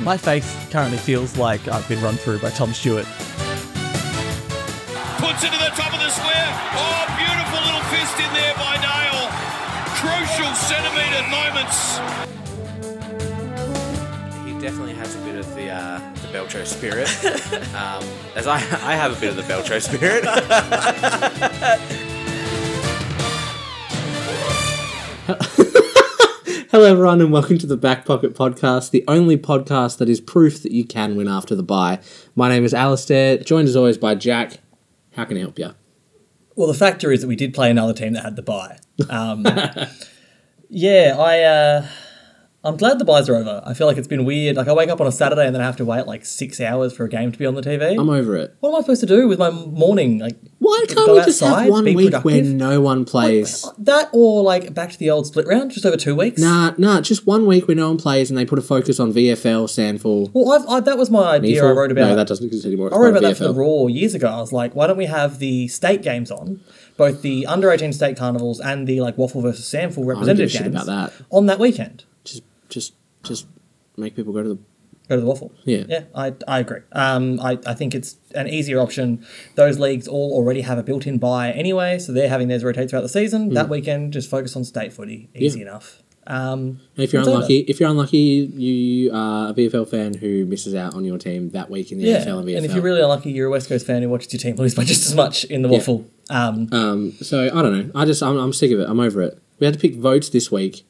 My faith currently feels like I've been run through by Tom Stewart. Puts it to the top of the square. Oh, beautiful little fist in there by Dale. Crucial centimetre moments. He definitely has a bit of the uh, the Belcho spirit, um, as I I have a bit of the Belcho spirit. Hello, everyone, and welcome to the Back Pocket Podcast, the only podcast that is proof that you can win after the buy. My name is Alistair, joined as always by Jack. How can I help you? Well, the factor is that we did play another team that had the bye. Um, yeah, I. Uh, I'm glad the buys are over. I feel like it's been weird. Like I wake up on a Saturday and then I have to wait like six hours for a game to be on the TV. I'm over it. what am I supposed to do with my morning? Like Why can't Go we just outside, have one be week where productive? no one plays? that, or like back to the old split round, just over two weeks. Nah, nah, just one week where no one plays and they put a focus on VFL, Sandfall, Well, I've, I, that was my idea. I Neefall. wrote about. No, that doesn't exist anymore. It's I wrote called about that for the VFL. Raw years ago. I was like, why don't we have the state games on, both the under eighteen state carnivals and the like waffle versus sample I don't give a representative shit games about that. on that weekend. Just, just, just make people go to the. Go to the waffle. Yeah. yeah, I, I agree. Um, I, I think it's an easier option. Those leagues all already have a built-in buy anyway, so they're having theirs rotate throughout the season. That weekend, just focus on state footy. Easy Hmm. Yeah. enough. Um, And if you're it's over. unlucky, if you're unlucky, you are a VFL fan who misses out on your team that week in the yeah, NFL and and VFL. if you're really unlucky, you're a West Coast fan who watches your team lose by just as much in the waffle. Um, Um, so I don't know. I just I'm, I'm sick of it. I'm over it. We had to pick votes this week.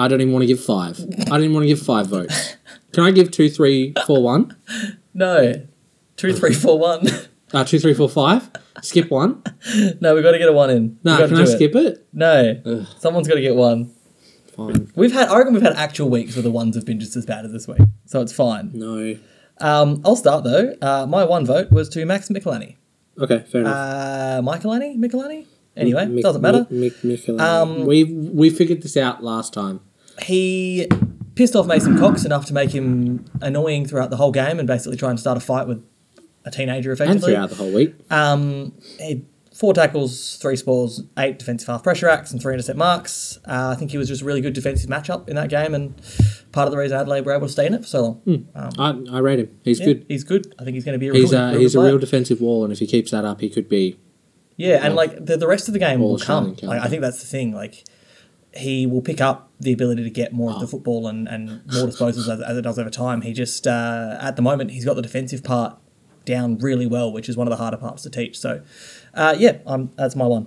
I don't even want to give five. I didn't want to give five votes. Can I give two, three, four, one? no, two, three, four, one. Uh, two, three, four, five. Skip one. No, we've got to get a one in. No, We've got to can I do it. skip it? No, someone's got to get one. Fine. We've had, I reckon we've had actual weeks where the ones have been just as bad as this week, so it's fine. No. Um, I'll start though. Uh, my one vote was to Max Michelani. Okay, fair enough. Uh, Michelani, Michelani. Uh, Anyway, Mick- doesn't matter. Um, Mick- Mick- Michelini. we we figured this out last time. he pissed off Mason Cox enough to make him annoying throughout the whole game and basically try and start a fight with a teenager And effectively. throughout the whole week. Um, he four tackles, three spoils, eight defensive half pressure acts, and three intercept marks. Uh, I think he was just a really good defensive matchup in that game, and part of the reason Adelaide were able to stay in it for so long. Hmm. Um, I, I rate him. He's yeah, good. He's good. I think he's going to be a He's real, a, real he's good a player. real defensive wall, and if he keeps that up, he could be. yeah, and like the, the rest of the game will come. shining Like, I colour. think that's the thing. Like he will pick up the ability to get more of the Ah. football and, and more disposals as, as it does over time. He just uh, at the moment he's got the defensive part down really well, which is one of the harder parts to teach. So uh, yeah, um, that's my one.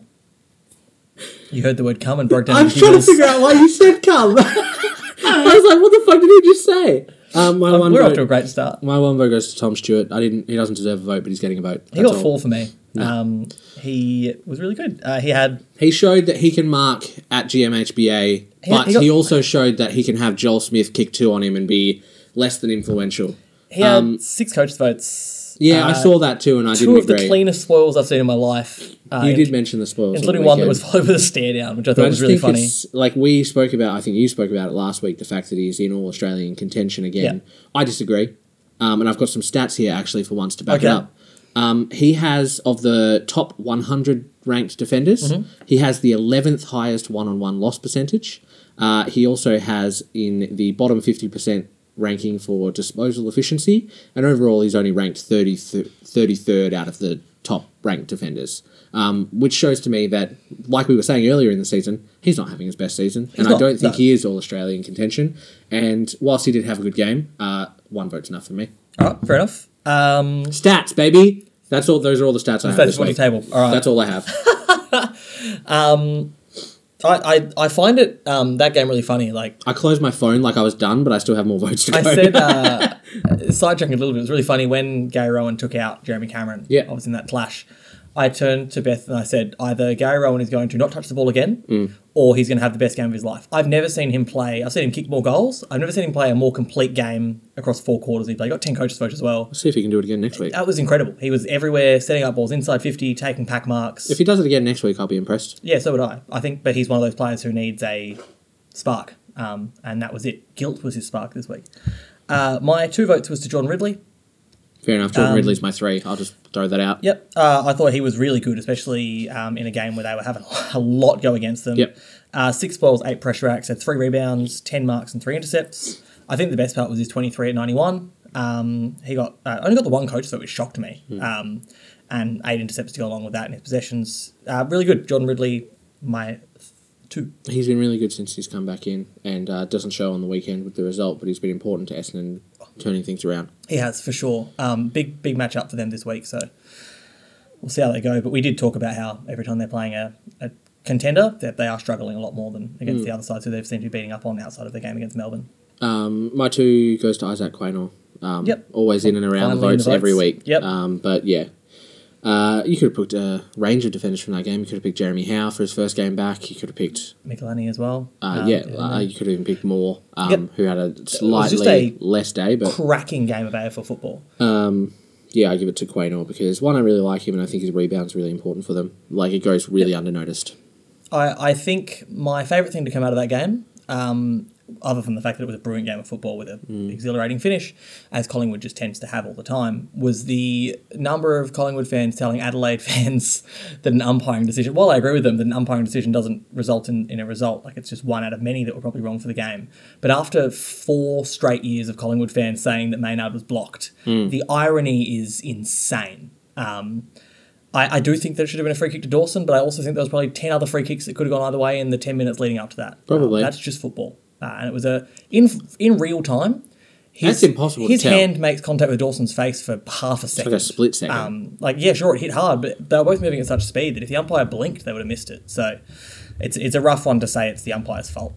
You heard the word "come" and broke down. I'm into trying to giggles. figure out why you said come. I was like, what the fuck did he just say? Um, my one Uh, We're vote, off to a great start. my one vote goes to Tom Stewart. I didn't. He doesn't deserve a vote, but he's getting a vote. He That's got all. four for me. Um, he was really good. Uh, he had He showed that he can mark at GMHBA, but he he, got- also showed that he can have Joel Smith kick two on him and be less than influential. he had Um, six coaches votes. Yeah, I Uh, saw that too, and I two didn't of the agree. cleanest spoils I've seen in my life. Uh, you in- did mention the spoils, on the including one that weekend. was followed with a stare down, which I But thought I was just really think funny. it's like we spoke about. I think you spoke about it last week. The fact that he's in all Australian contention again. I disagree, um, and I've got some stats here actually for once to back Okay. it up. Um, he has of the top 100 ranked defenders, Mm-hmm. he has the 11th highest one-on-one loss percentage. Uh, he also has in the bottom 50% ranking for disposal efficiency, and overall he's only ranked 30 33rd out of the top ranked defenders. Um, which shows to me that, like we were saying earlier in the season, he's not having his best season, and not, I don't think no. he is all Australian contention. And whilst he did have a good game, uh, one vote's enough for me. All right, fair enough. Um, Stats, baby. That's all. Those are all the stats I have. that's this on the week. table. All right. That's all I have. I, I, I find it um, that game really funny. Like I closed my phone like I was done, but I still have more votes to go. I said, uh, sidetracking a little bit, it was really funny when Gary Rowan took out Jeremy Cameron. Yeah. I was in that clash. I turned to Beth and I said, either Gary Rowan is going to not touch the ball again, Mm. or he's going to have the best game of his life. I've never seen him play. I've seen him kick more goals. I've never seen him play a more complete game across four quarters. He played. He got ten coaches votes as well. See if he can do it again next week. That was incredible. He was everywhere, setting up balls inside fifty, taking pack marks. If he does it again next week, I'll be impressed. Yeah, so would I. I think, but he's one of those players who needs a spark, um, and that was it. Guilt was his spark this week. Uh, my two votes was to Jordan Ridley. Fair enough. Jordan Ridley's my three. I'll just throw that out. Um, Yep, uh, I thought he was really good, especially um, in a game where they were having a lot go against them. Yep. Uh, six balls, eight pressure acts, had three rebounds, ten marks, and three intercepts. I think the best part was his 23 at 91. Um, he got uh, only got the one coach, so it shocked me. Um, and eight intercepts to go along with that in his possessions. Uh, really good. Jordan Ridley, my two. He's been really good since he's come back in, and uh, doesn't show on the weekend with the result, but he's been important to Essendon turning things around. He has for sure. Um, big big match up for them this week, so we'll see how they go. But we did talk about how every time they're playing a, a contender, that they are struggling a lot more than against Mm. the other sides who they've seemed to be beating up on outside of the game against Melbourne. Um, my two goes to Isaac Quaynor. Um, Yep. Always in and around the Finally in votes the votes. every week. Yep. Um, but yeah. Uh, you could have picked a range of defenders from that game. You could have picked Jeremy Howe for his first game back. You could have picked, Michelani as well. uh, Um, yeah, and uh, then you could have even picked Moore, um, Yep. who had a just slightly a less day. But cracking game of AFL football. yeah, I give it to Quaynor because one, I really like him, and I think his rebound's really important for them. Like it goes really undernoticed. I, I think my favourite thing to come out of that game, um, other than the fact that it was a brilliant game of football with an exhilarating finish, as Collingwood just tends to have all the time, was the number of Collingwood fans telling Adelaide fans that an umpiring decision, while I agree with them that an umpiring decision doesn't result in, in a result, like it's just one out of many that were probably wrong for the game. But after four straight years of Collingwood fans saying that Maynard was blocked, the irony is insane. Um, I, I do think that it should have been a free kick to Dawson, but I also think there was probably 10 other free kicks that could have gone either way in the 10 minutes leading up to that. Probably. Uh, that's just football. Uh, and it was a in in real time. His, That's impossible to His tell. hand makes contact with Dawson's face for half a second. Like a split second. Um, like, yeah, sure, it hit hard, but they were both moving at such speed that if the umpire blinked, they would have missed it. So it's, it's a rough one to say it's the umpire's fault.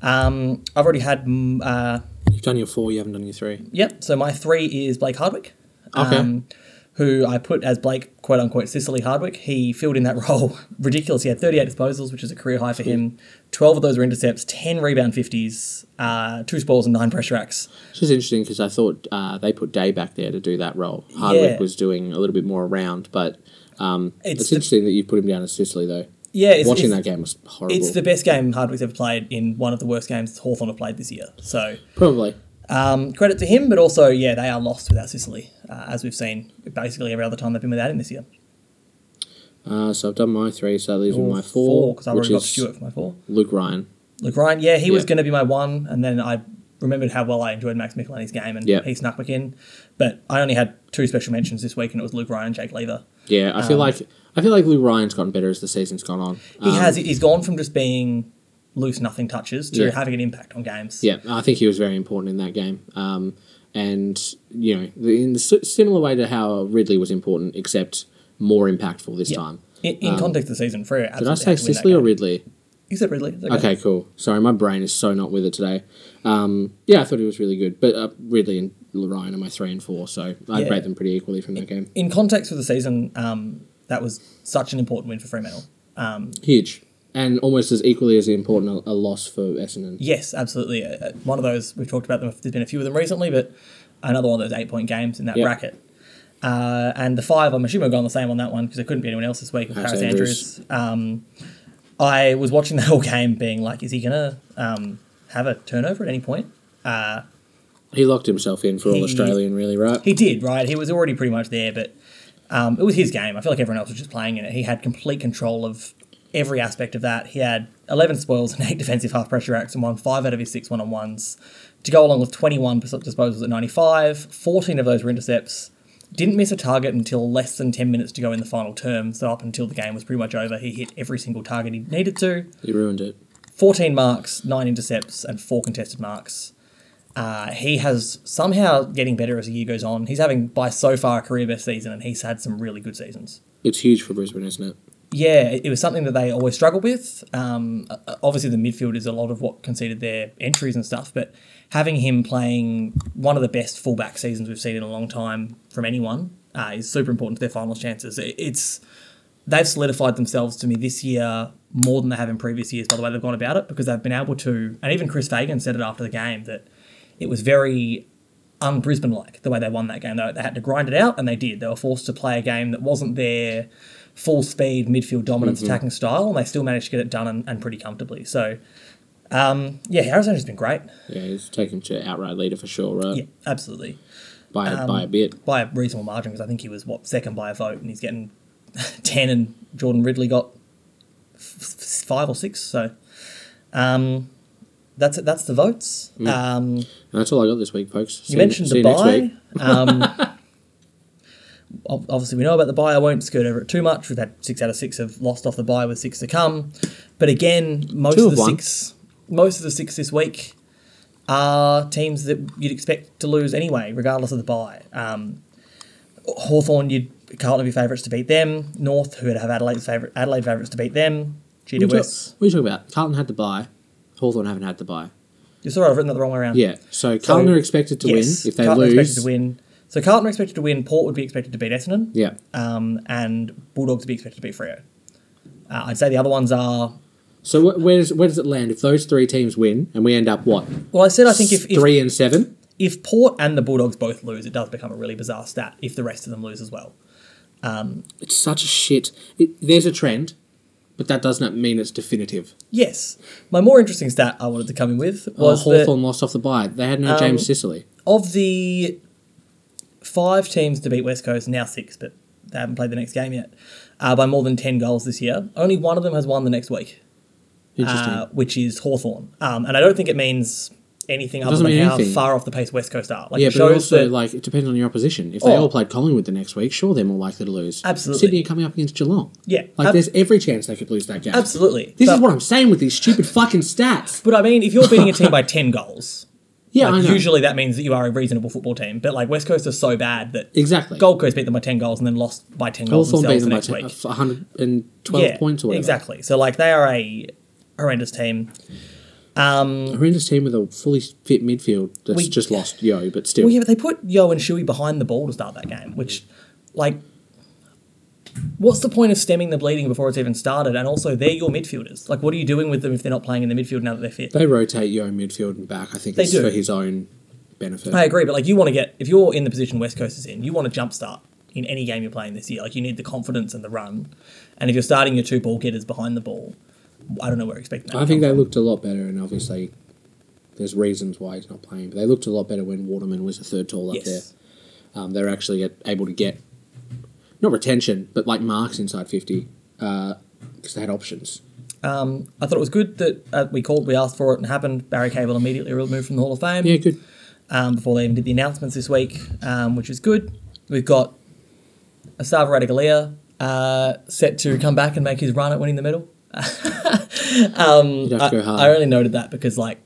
Um, I've already had. mm, Uh, You've done your four, you haven't done your three. Yep. So my three is Blake Hardwick. um, Okay. who I put as Blake, quote unquote, Cicely Hardwick. He filled in that role ridiculous. He had 38 disposals, which is a career high for him. 12 of those were intercepts, 10 rebound 50s, uh, two spoils, and nine pressure acts. It's just interesting because I thought uh, they put Day back there to do that role. Hardwick Yeah. was doing a little bit more around, but um, it's, It's the- interesting that you put him down as Sicily though. Yeah, it's- watching it's- that game was horrible. It's the best game Hardwick's ever played in one of the worst games Hawthorn have played this year. So Probably. um, credit to him, but also, yeah, they are lost without Sicily, uh, as we've seen basically every other time they've been without him this year. Uh, so I've done my three, so that leaves me Or my four, because I which already got is Stewart for my four. Luke Ryan. Luke Ryan, yeah, he was Yeah. going to be my one, and then I remembered how well I enjoyed Max Michelini's game, and Yeah. he snuck back in. But I only had two special mentions this week, and it was Luke Ryan and Jake Lever. Yeah, I feel like I feel like Luke Ryan's gotten better as the season's gone on. Um, He Um, has he's gone from just being loose, nothing touches to Yeah. having an impact on games. Yeah, I think he was very important in that game. Um, and you know, the- in the si- similar way to how Ridley was important, except more impactful this time. Um, In, in context of the season, Freo Did I absolutely say had to win that Sicily or game. Ridley? You said Ridley. It's Okay, cool. Sorry, my brain is so not with it today. Um, yeah, I thought he was really good, but uh, Ridley and Ryan are my three and four, so I'd Yeah. rate them pretty equally from that game. In context of the season, um, that was such an important win for Fremantle. Huge, and almost as equally as important a, a loss for Essendon. Yes, absolutely. Uh, uh, One of those we've talked about them. There's been a few of them recently, but another one of those eight point games in that Yeah. bracket. Uh, and the five, I'm assuming, have gone the same on that one because it couldn't be anyone else this week. with Harris Harris Andrews. Um, I was watching the whole game, being like, "Is he gonna um, have a turnover at any point?" He locked himself in for all He- Australian, really, right? He did, right? He was already pretty much there, but um, it was his game. I feel like everyone else was just playing in it. He had complete control of every aspect of that. He had 11 spoils and 8 defensive half pressure acts and won 5 out of his 6 one on ones to go along with 21 pers- disposals at 95. 14 of those were intercepts. Didn't miss a target until less than 10 minutes to go in the final term. So, up until the game was pretty much over, he hit every single target he needed to. he ruined it. 14 marks, 9 intercepts, and 4 contested marks. Uh, he has somehow getting better as the year goes on. He's having, by so far, a career best season, and he's had some really good seasons. It's huge for Brisbane, isn't it? Yeah, it it was something that they always struggle with. Um, uh, uh, obviously, the midfield is a lot of what conceded their entries and stuff, but having him playing one of the best fullback seasons we've seen in a long time from anyone uh, is super important to their finals chances. It- It's they've solidified themselves to me this year more than they have in previous years by the way they've gone about it because they've been able to and even chris fagan said it after the game that it was very un-brisbane like the way they won that game they, they had to grind it out and they did they were forced to play a game that wasn't their full speed midfield dominance attacking style and they still managed to get it done and, and pretty comfortably so um, yeah harrison has been great Yeah, he's taken to outright leader for sure, right? yeah Um, absolutely By by a bit. by a reasonable margin because I think he was what second by a vote, and he's getting ten, and Jordan Ridley got f- f- five or six. So, um, that's it. That's the votes. Um, That's all I got this week, folks. See you mentioned see the you next buy. week. Um, ob- obviously, we know about the buy. I won't skirt over it too much. We've had six out of six have lost off the buy with six to come. But again, most Two of have the won. six, most of the six this week are teams that you'd expect to lose anyway, regardless of the buy. Um, Hawthorn, you'd Carlton would be favourites to beat them. North, who would have Adelaide's favourite, Adelaide favourites to beat them. What are, you GWS. talk- what are you talking about? Carlton had the buy. Hawthorn haven't had the buy. You saw I've written that the wrong way around. Yeah. So Carlton are expected to Yes, win. If they Carlton are lose, expected to win. So Carlton are expected to win. Port would be expected to beat Essendon. yeah. Um, and Bulldogs would be expected to beat Freo. Uh, I'd say the other ones are. So wh- where does where does it land if those three teams win and we end up what? Well, I said I think if if, three and seven. if Port and the Bulldogs both lose, it does become a really bizarre stat. If the rest of them lose as well, It's such a shit. It, there's a trend, but that does not mean it's definitive. yes. My more interesting stat I wanted to come in with Well, was Um, that Uh, Hawthorn lost off the buy. They had no James Sicily. of the five teams to beat West Coast, now six, but they haven't played the next game yet, uh, by more than 10 goals this year. Only one of them has won the next week, Interesting. uh, which is Hawthorn. Um, and I don't think it means anything other doesn't than mean how anything. far off the pace West Coast are. Like, yeah, it but it shows also that, like it depends on your opposition. If they Oh. all played Collingwood the next week, sure they're more likely to lose. Absolutely. Sydney are coming up against Geelong. Yeah, like ab- there's every chance they could lose that game. absolutely. This But- is what I'm saying with these stupid fucking stats. But I mean, if you're beating a team by 10 goals, Yeah, like, I know. usually that means that you are a reasonable football team. But like West Coast are so bad that Exactly. Gold Coast beat them by 10 goals and then lost by 10 goals Hawthorn beat themselves them the by uh, next 10, week. 112 points or whatever. Exactly. So like they are a horrendous team. Horrendous team with a fully fit midfield that's We- just lost Yo, but still. Well, yeah, but they put Yo and Shuey behind the ball to start that game, which, like, what's the point of stemming the bleeding before it's even started? And also, they're your midfielders. Like, what are you doing with them if they're not playing in the midfield now that they're fit? They rotate Yo midfield and back. I think They it's do. for his own benefit. I agree, but like, you want to get if you're in the position West Coast is in, you want to jumpstart in any game you're playing this year. Like, you need the confidence and the run. And if you're starting your two ball getters behind the ball, I don't know where expecting that. I to think come they from. looked a lot better, and obviously there's reasons why he's not playing, but they looked a lot better when Waterman was the third tall up Yes. there. Um, they were actually get, able to get, not retention, but like marks inside 50 because they had options. I thought it was good that uh, we called, we asked for it, and it happened. Barry Cable immediately removed from the Hall of Fame. Yeah, good. um, before they even did the announcements this week, um, which is good. We've got Asava Radagalia uh, set to come back and make his run at winning the medal. You'd have I, to go hard. I only noted that because, like,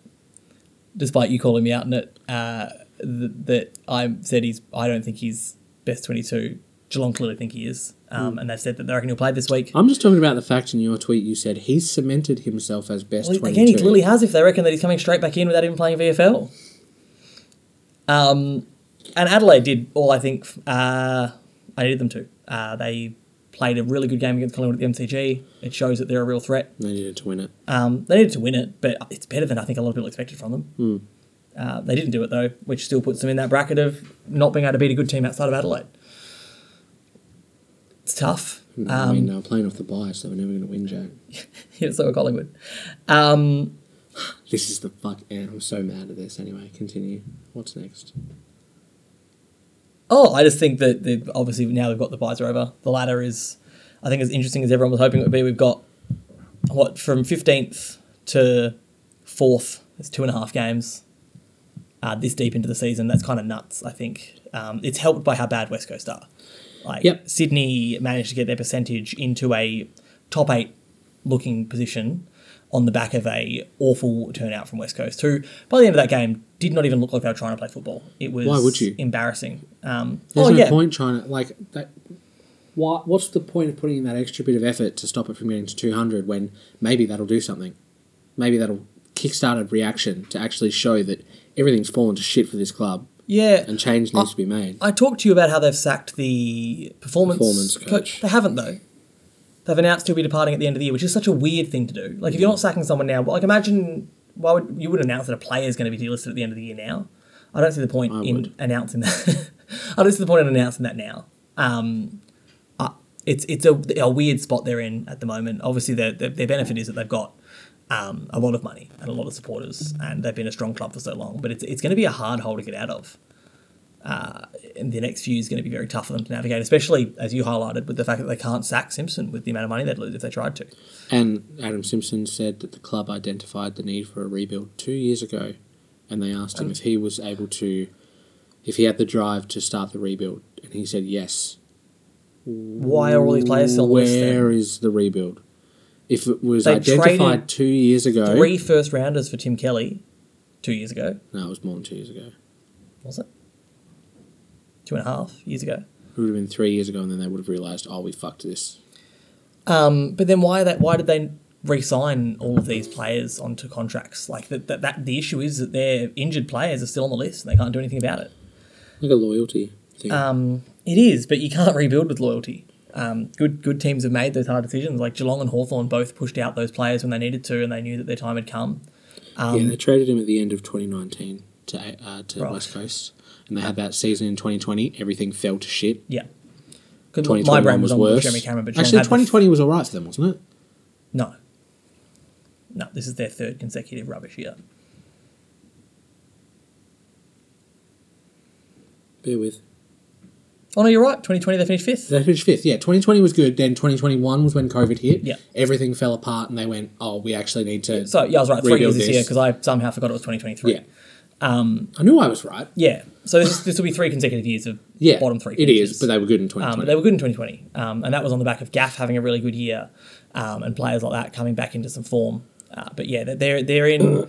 despite you calling me out on it, uh, th- that I said he's, I don't think he's best 22. Geelong clearly think he is, um, and they've said that they reckon he'll play this week. Hmm. I'm just talking about the fact in your tweet you said he's cemented himself as best Well, 22. again, he clearly has if they reckon that he's coming straight back in without even playing VFL. Um, and Adelaide did all I think uh, I needed them to. Uh, they played a really good game against Collingwood at the MCG. It shows that they're a real threat. They needed to win it. Um, they needed to win it, but it's better than I think a lot of people expected from them. Hmm. Uh, they didn't do it though, which still puts them in that bracket of not being able to beat a good team outside of Adelaide. It's tough. Hmm, Um, I mean, they were playing off the bias, so we're never going to win, Joe. Yeah, so are Collingwood. This is the fuck, and I'm so mad at this. Anyway, continue. What's next? Oh, I just think that the, obviously now we've got the buys are over. The ladder is, I think, as interesting as everyone was hoping it would be. We've got what from fifteenth to fourth. It's two and a half games. Uh, this deep into the season, that's kind of nuts. I think um, it's helped by how bad West Coast are. Like Yep. Sydney managed to get their percentage into a top eight looking position on the back of a awful turnout from West Coast, who by the end of that game did not even look like they were trying to play football. It was Why would you? embarrassing. Um, There's oh no yeah, point trying to like that. Why, what's the point of putting in that extra bit of effort to stop it from getting to 200 when maybe that'll do something? Maybe that'll kickstart a reaction to actually show that everything's fallen to shit for this club yeah. and change needs to be made. I talked to you about how they've sacked the performance, Performance coach. coach. They haven't though. They've announced he'll be departing at the end of the year, which is such a weird thing to do. Like if you're not sacking someone now, like imagine why would you would announce that a player is going to be delisted at the end of the year now? I don't see the point I in would. announcing that. I don't see the point in announcing that now. Um, I- it's it's a, a weird spot they're in at the moment. Obviously, their their, their benefit is that they've got um, a lot of money and a lot of supporters, and they've been a strong club for so long. But it's it's going to be a hard hole to get out of uh, in the next few is going to be very tough for them to navigate, especially as you highlighted with the fact that they can't sack Simpson with the amount of money they'd lose if they tried to. And Adam Simpson said that the club identified the need for a rebuild two years ago, and they asked him if he was able to, if he had the drive to start the rebuild, and he said yes. Why are all these players still on the list then? Where is the rebuild? If it was They traded identified two years ago, Three first rounders for Tim Kelly two years ago, no, it was more than two years ago. was it? Two and a half years ago. It would have been three years ago, and then they would have realised, oh, we fucked this. Um, but then why that? Why did they re-sign all of these players onto contracts? Like that, that, that the issue is that their injured players are still on the list and they can't do anything about it. Like a loyalty thing. Um, it is, but you can't rebuild with loyalty. Um, good good teams have made those hard decisions. Like Geelong and Hawthorn both pushed out those players when they needed to, and they knew that their time had come. yeah, um, they traded him at the end of 2019 to uh, to Right. West Coast, and they had that season in 2020. Everything fell to shit. Yeah. 'Cause My 2021 brand was, was on worse. Jeremy Cameron, but Geelong Actually, had the- 2020 was all right for them, wasn't it? No. No, this is their third consecutive rubbish year. Bear with. Oh no, you're right. 2020 they finished fifth. They finished fifth. Yeah, 2020 was good. Then 2021 was when COVID hit. Yeah. Everything fell apart, and they went, "Oh, we actually need to." So yeah, I was right. Three Rebuild years this this. year because I somehow forgot it was 2023. yeah. Um, I knew I was right. Yeah. So this, is- this will be three consecutive years of Yeah, bottom three. It finishes. is, but they were good in Um, 2020. but they were good in 2020, um, and that was on the back of Gaff having a really good year, um, and players like that coming back into some form. Uh, but yeah, they're they're in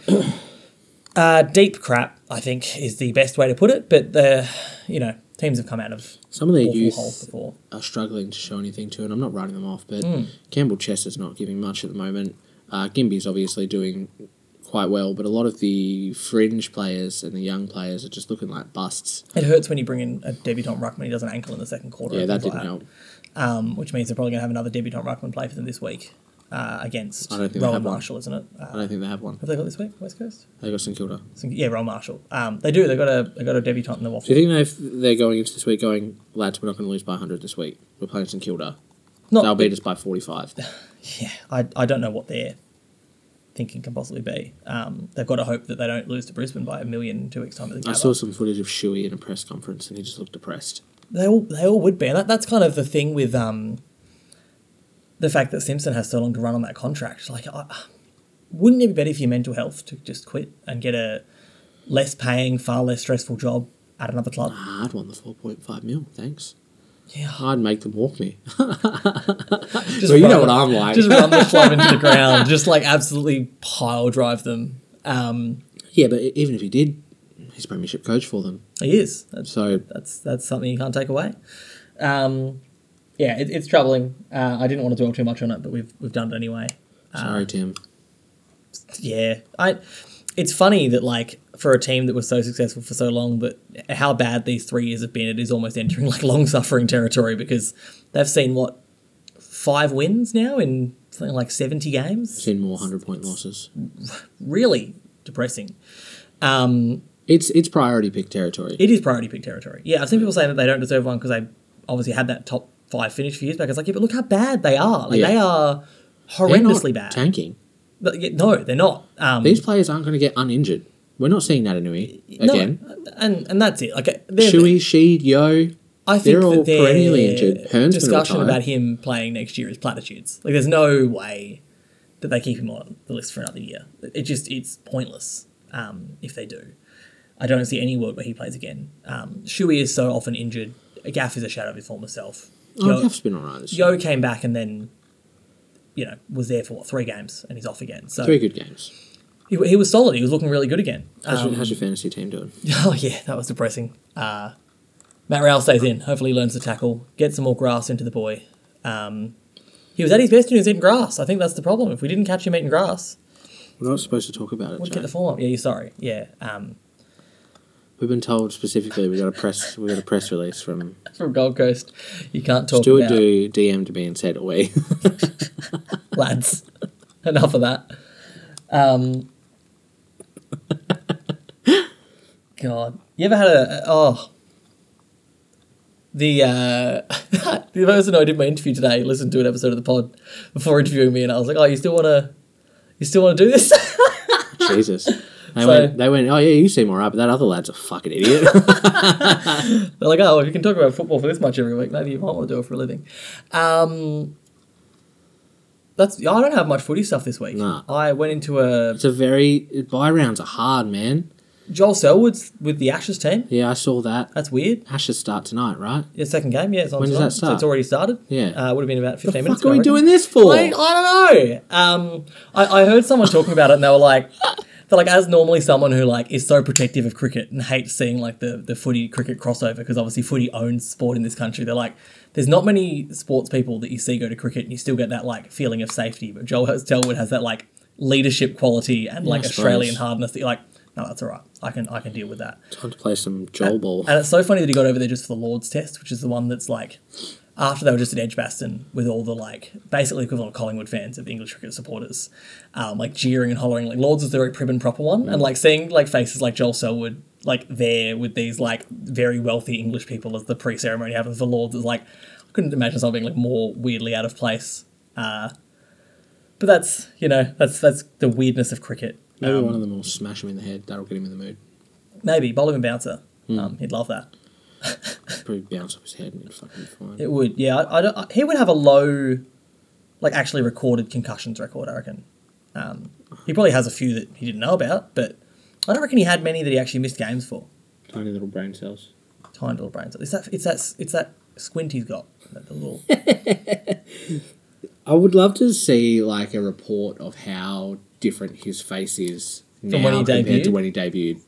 uh, deep crap. I think is the best way to put it. But the you know teams have come out of Some of their awful youth holes before. are struggling to show anything to, and I'm not writing them off, but Hmm. Campbell Chester's not giving much at the moment. Uh, Gimby's obviously doing quite well, but a lot of the fringe players and the young players are just looking like busts. It hurts when you bring in a debutant ruckman. He does an ankle in the second quarter. Yeah, and that things like didn't help. Um, which means they're probably going to have another debutant ruckman play for them this week uh, against I don't think they Rowan have one. Marshall, isn't it? Uh, I don't think they have one. have they got this week? West Coast. They got St Kilda. Some- Yeah, Rowan Marshall. Um, they do. They got a they got a debutant in the waffle. Do you think they they're going into this week going, lads, we're not going to lose by 100 this week. We're playing St Kilda. Not They'll beat us by 45. yeah, I, I don't know what their thinking can possibly be. Um, they've got to hope that they don't lose to Brisbane by a million in two weeks' time. At the I Gabba. saw some footage of Shuey in a press conference and he just looked depressed. They all they all would be, and that, that's kind of the thing with um, the fact that Simpson has so long to run on that contract. Like, I, wouldn't it be better for your mental health to just quit and get a less paying, far less stressful job at another club? Ah, I'd won the 4.5 mil, thanks. Yeah, I'd make them walk me. just well, you run know what the- I'm like. Just run the club into the ground. Just like absolutely pile drive them. Um, Yeah, but e-, even if he did, he's premiership coach for them. he is. That's So that's that's something you can't take away. Um, yeah, it, it's troubling. Uh, I didn't want to dwell too much on it, but we've we've done it anyway. Ah. sorry, Tim. Yeah, I. It's funny that like for a team that was so successful for so long, but how bad these three years have been, it is almost entering like long suffering territory because they've seen what five wins now in something like seventy games. Seen more hundred point losses. Really depressing. Um, It's it's priority pick territory. It is priority pick territory. Yeah, I've seen people saying that they don't deserve one because they obviously had that top five finish a few years back. It's like, yeah, but look how bad they are. Like Yeah. they are They're not horrendously bad. Tanking. But, yeah, no, they're not. Um, These players aren't going to get uninjured. We're not seeing that anyway. no, Again, and and that's it. Like they're, Shuey, Sheed, Yo. I think they're all that their perennially injured. Hearn's gonna discussion retire. about him playing next year is platitudes. Like there's no way that they keep him on the list for another year. It just it's pointless um, if they do. I don't see any world where he plays again. Um, Shuey is so often injured. Gaff is a shadow of his former self. Oh, Yo- Gaff's been alright this year. Yo came back and then, you know, was there for what three games and he's off again. So Three good games. he, he was solid. He was looking really good again. How's, Um, your, how's your fantasy team doing? oh yeah, that was depressing. Uh, Matt Rowell stays in. Hopefully, he learns to tackle, get some more grass into the boy. Um, he was at his best when he was eating grass. I think that's the problem. If we didn't catch him eating grass, We're not supposed to talk about it. we'd Jay. get the form up. Yeah, you're sorry. Yeah, um, We've been told specifically we got a press we got a press release from from Gold Coast, you can't talk Stuart about Do DM'd me and said away. lads. Enough of that. Um, God, you ever had a oh the uh, the person who I did my interview today listened to an episode of the pod before interviewing me, and I was like, "Oh, you still want to, you still want to do this?" Jesus. They So- went. They went. Oh yeah, you seem alright, but that other lad's a fucking idiot. They're like, oh, if you can talk about football for this much every week, maybe you might want to do it for a living. Um, that's I don't have much footy stuff this week. Nah. I went into a it's a very buy rounds are hard, man. Joel Selwood's with the Ashes team. Yeah, I saw that. That's weird. Ashes start tonight, right? The second game, yeah, it's on When does tonight, that so start? it's already started. Yeah. uh, it would have been about fifteen minutes. What are we ago, I reckon. doing this for? I, I don't know. Um, I, I heard someone talking about it, and they were like, they're like, as normally someone who like is so protective of cricket and hates seeing like the the footy cricket crossover because obviously footy owns sport in this country. They're like, there's not many sports people that you see go to cricket, and you still get that like feeling of safety. But Joel Hurst Telwood has that like leadership quality and like I suppose. Australian hardness that you're like, no, that's all right. I can I can deal with that. Time to play some Joel ball. And it's so funny that he got over there just for the Lord's test, which is the one that's like after they were just at Edgbaston with all the like basically equivalent of Collingwood fans of English cricket supporters, um, like jeering and hollering. Like Lords was the very prim and proper one, and like seeing like faces like Joel Selwood like there with these like very wealthy English people as the pre-ceremony happens for Lords is like I couldn't imagine something like more weirdly out of place. Uh, but that's you know that's that's the weirdness of cricket. Maybe one of them will smash him in the head. That'll get him in the mood. Maybe bowl him and bouncer. Um, he'd love that. Probably bounce off his head and he'd fucking be fine. It would, yeah. I, I don't, I- he would have a low, like actually recorded concussions record. I reckon. Um, he probably has a few that he didn't know about, but I don't reckon he had many that he actually missed games for. Tiny little brain cells. Tiny little brains. It's that. It's that. It's that squint he's got. That little. I would love to see like a report of how different his face is From now when he compared to debuted? when he debuted.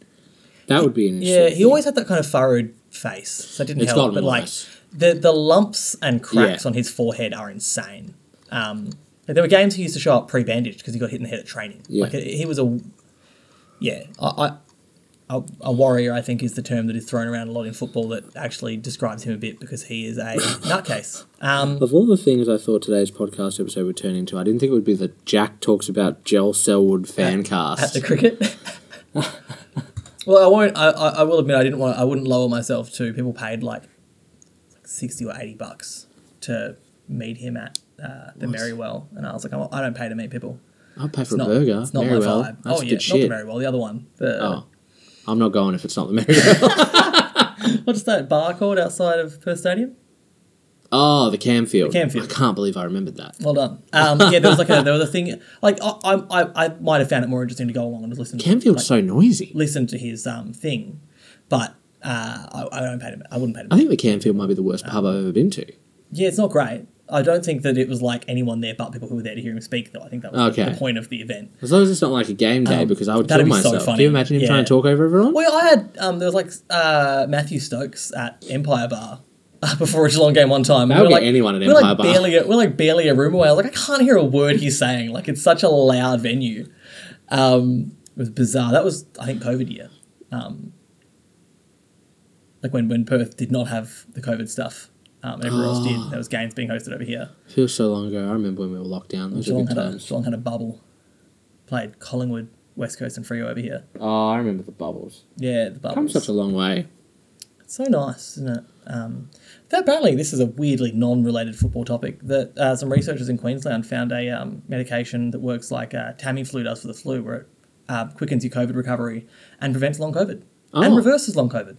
That would be an interesting. yeah, he thing. always had that kind of furrowed face, so it didn't It's help. gotten But worse. like the the lumps and cracks Yeah. on his forehead are insane. Um, like, there were games he used to show up pre-bandaged because he got hit in the head at training. Yeah. Like he was a yeah, I, I, a, a warrior I think is the term that is thrown around a lot in football that actually describes him a bit because he is a nutcase. Um, Of all the things I thought today's podcast episode would turn into, I didn't think it would be that Jack talks about Joel Selwood fan at cast. the cricket. well, I won't. I, I I will admit I didn't want. I wouldn't lower myself to people paid like sixty or eighty bucks to meet him at uh, the Merrywell, and I was like, I'm, I don't pay to meet people. I'll pay for It's a not, burger. It's not Very my well. vibe. That's oh yeah, good shit. not the Merrywell, the other one. The, Oh, I'm not going if it's not the Merrywell. What's that bar called outside of Perth Stadium? oh, the Camfield. The Camfield. I can't believe I remembered that. Well done. Um, yeah, there was like a there was a thing like I I, I, I might have found it more interesting to go along and just listen. to, Camfield's like, so noisy. listen to his um thing, but uh, I, I don't pay him. I wouldn't pay I him. think the Camfield might be the worst pub I've ever been to. Yeah, it's not great. I don't think that it was like anyone there but people who were there to hear him speak. Though I think that was Okay. the point of the event. As long as it's not like a game day, Um, because I would that'd kill be so myself. Can funny. you imagine him Yeah. trying to talk over everyone? Well, I had um, there was like uh, Matthew Stokes at Empire Bar before a Geelong game one time. That would were get like, anyone at we were, like, Empire Bar. Barely a, we we're like barely a room away. I was like, I can't hear a word he's saying. Like it's such a loud venue. Um, it was bizarre. That was I think COVID year. Um, like when when Perth did not have the COVID stuff. Um, and everyone else Ah. did. There was games being hosted over here. Feels so long ago. I remember when we were locked down. Those were Geelong good had, a, times. Geelong had a bubble. Played Collingwood, West Coast, and Frio over here. Oh, I remember the bubbles. Yeah, the bubble. Come such a long way. So nice, isn't it? Um, but apparently, this is a weirdly non-related football topic. That uh, some researchers in Queensland found a um, medication that works like uh, Tamiflu does for the flu, where it uh, quickens your COVID recovery and prevents long COVID Oh. and reverses long COVID.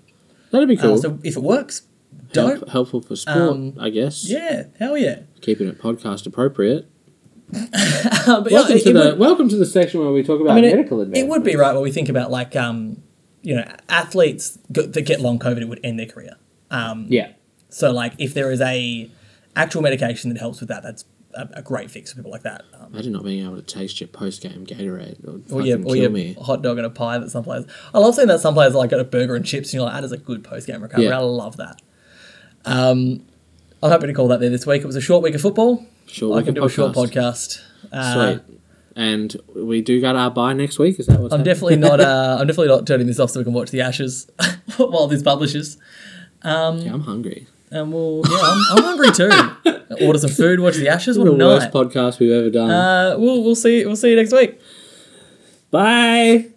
That'd be Uh, cool. so if it works, Help- dope. helpful for sport, Um, I guess. Yeah, hell yeah. Keeping it podcast appropriate. Uh, but yeah, Welcome it- to it the would- welcome to the section where we talk about I mean, it- medical it, advice. would be right when we think about like um, you know athletes go- that get long COVID, it would end their career. Yeah. So like if there is a actual medication that helps with that, that's a, a great fix for people like that. Um, Imagine not being able to taste your post game Gatorade. Or or fucking your, kill or your me. hot dog and a pie that some players. I love seeing that some players like get a burger and chips and you're like, that is a good post game recovery. Yeah. I love that. Um, I'm happy to call that there this week. It was a short week of football. Short I week can of do a short podcast. podcast. Uh, Sweet. and we do got our bye next week. Is that what's I'm happening? definitely not. Uh, I'm definitely not turning this off so we can watch the Ashes while this publishes. Yeah, I'm hungry. And we'll. Yeah, I'm, I'm hungry too. Order some food, watch the Ashes. What The a night. worst podcast we've ever done. uh, we'll we'll see we'll see you next week. bye.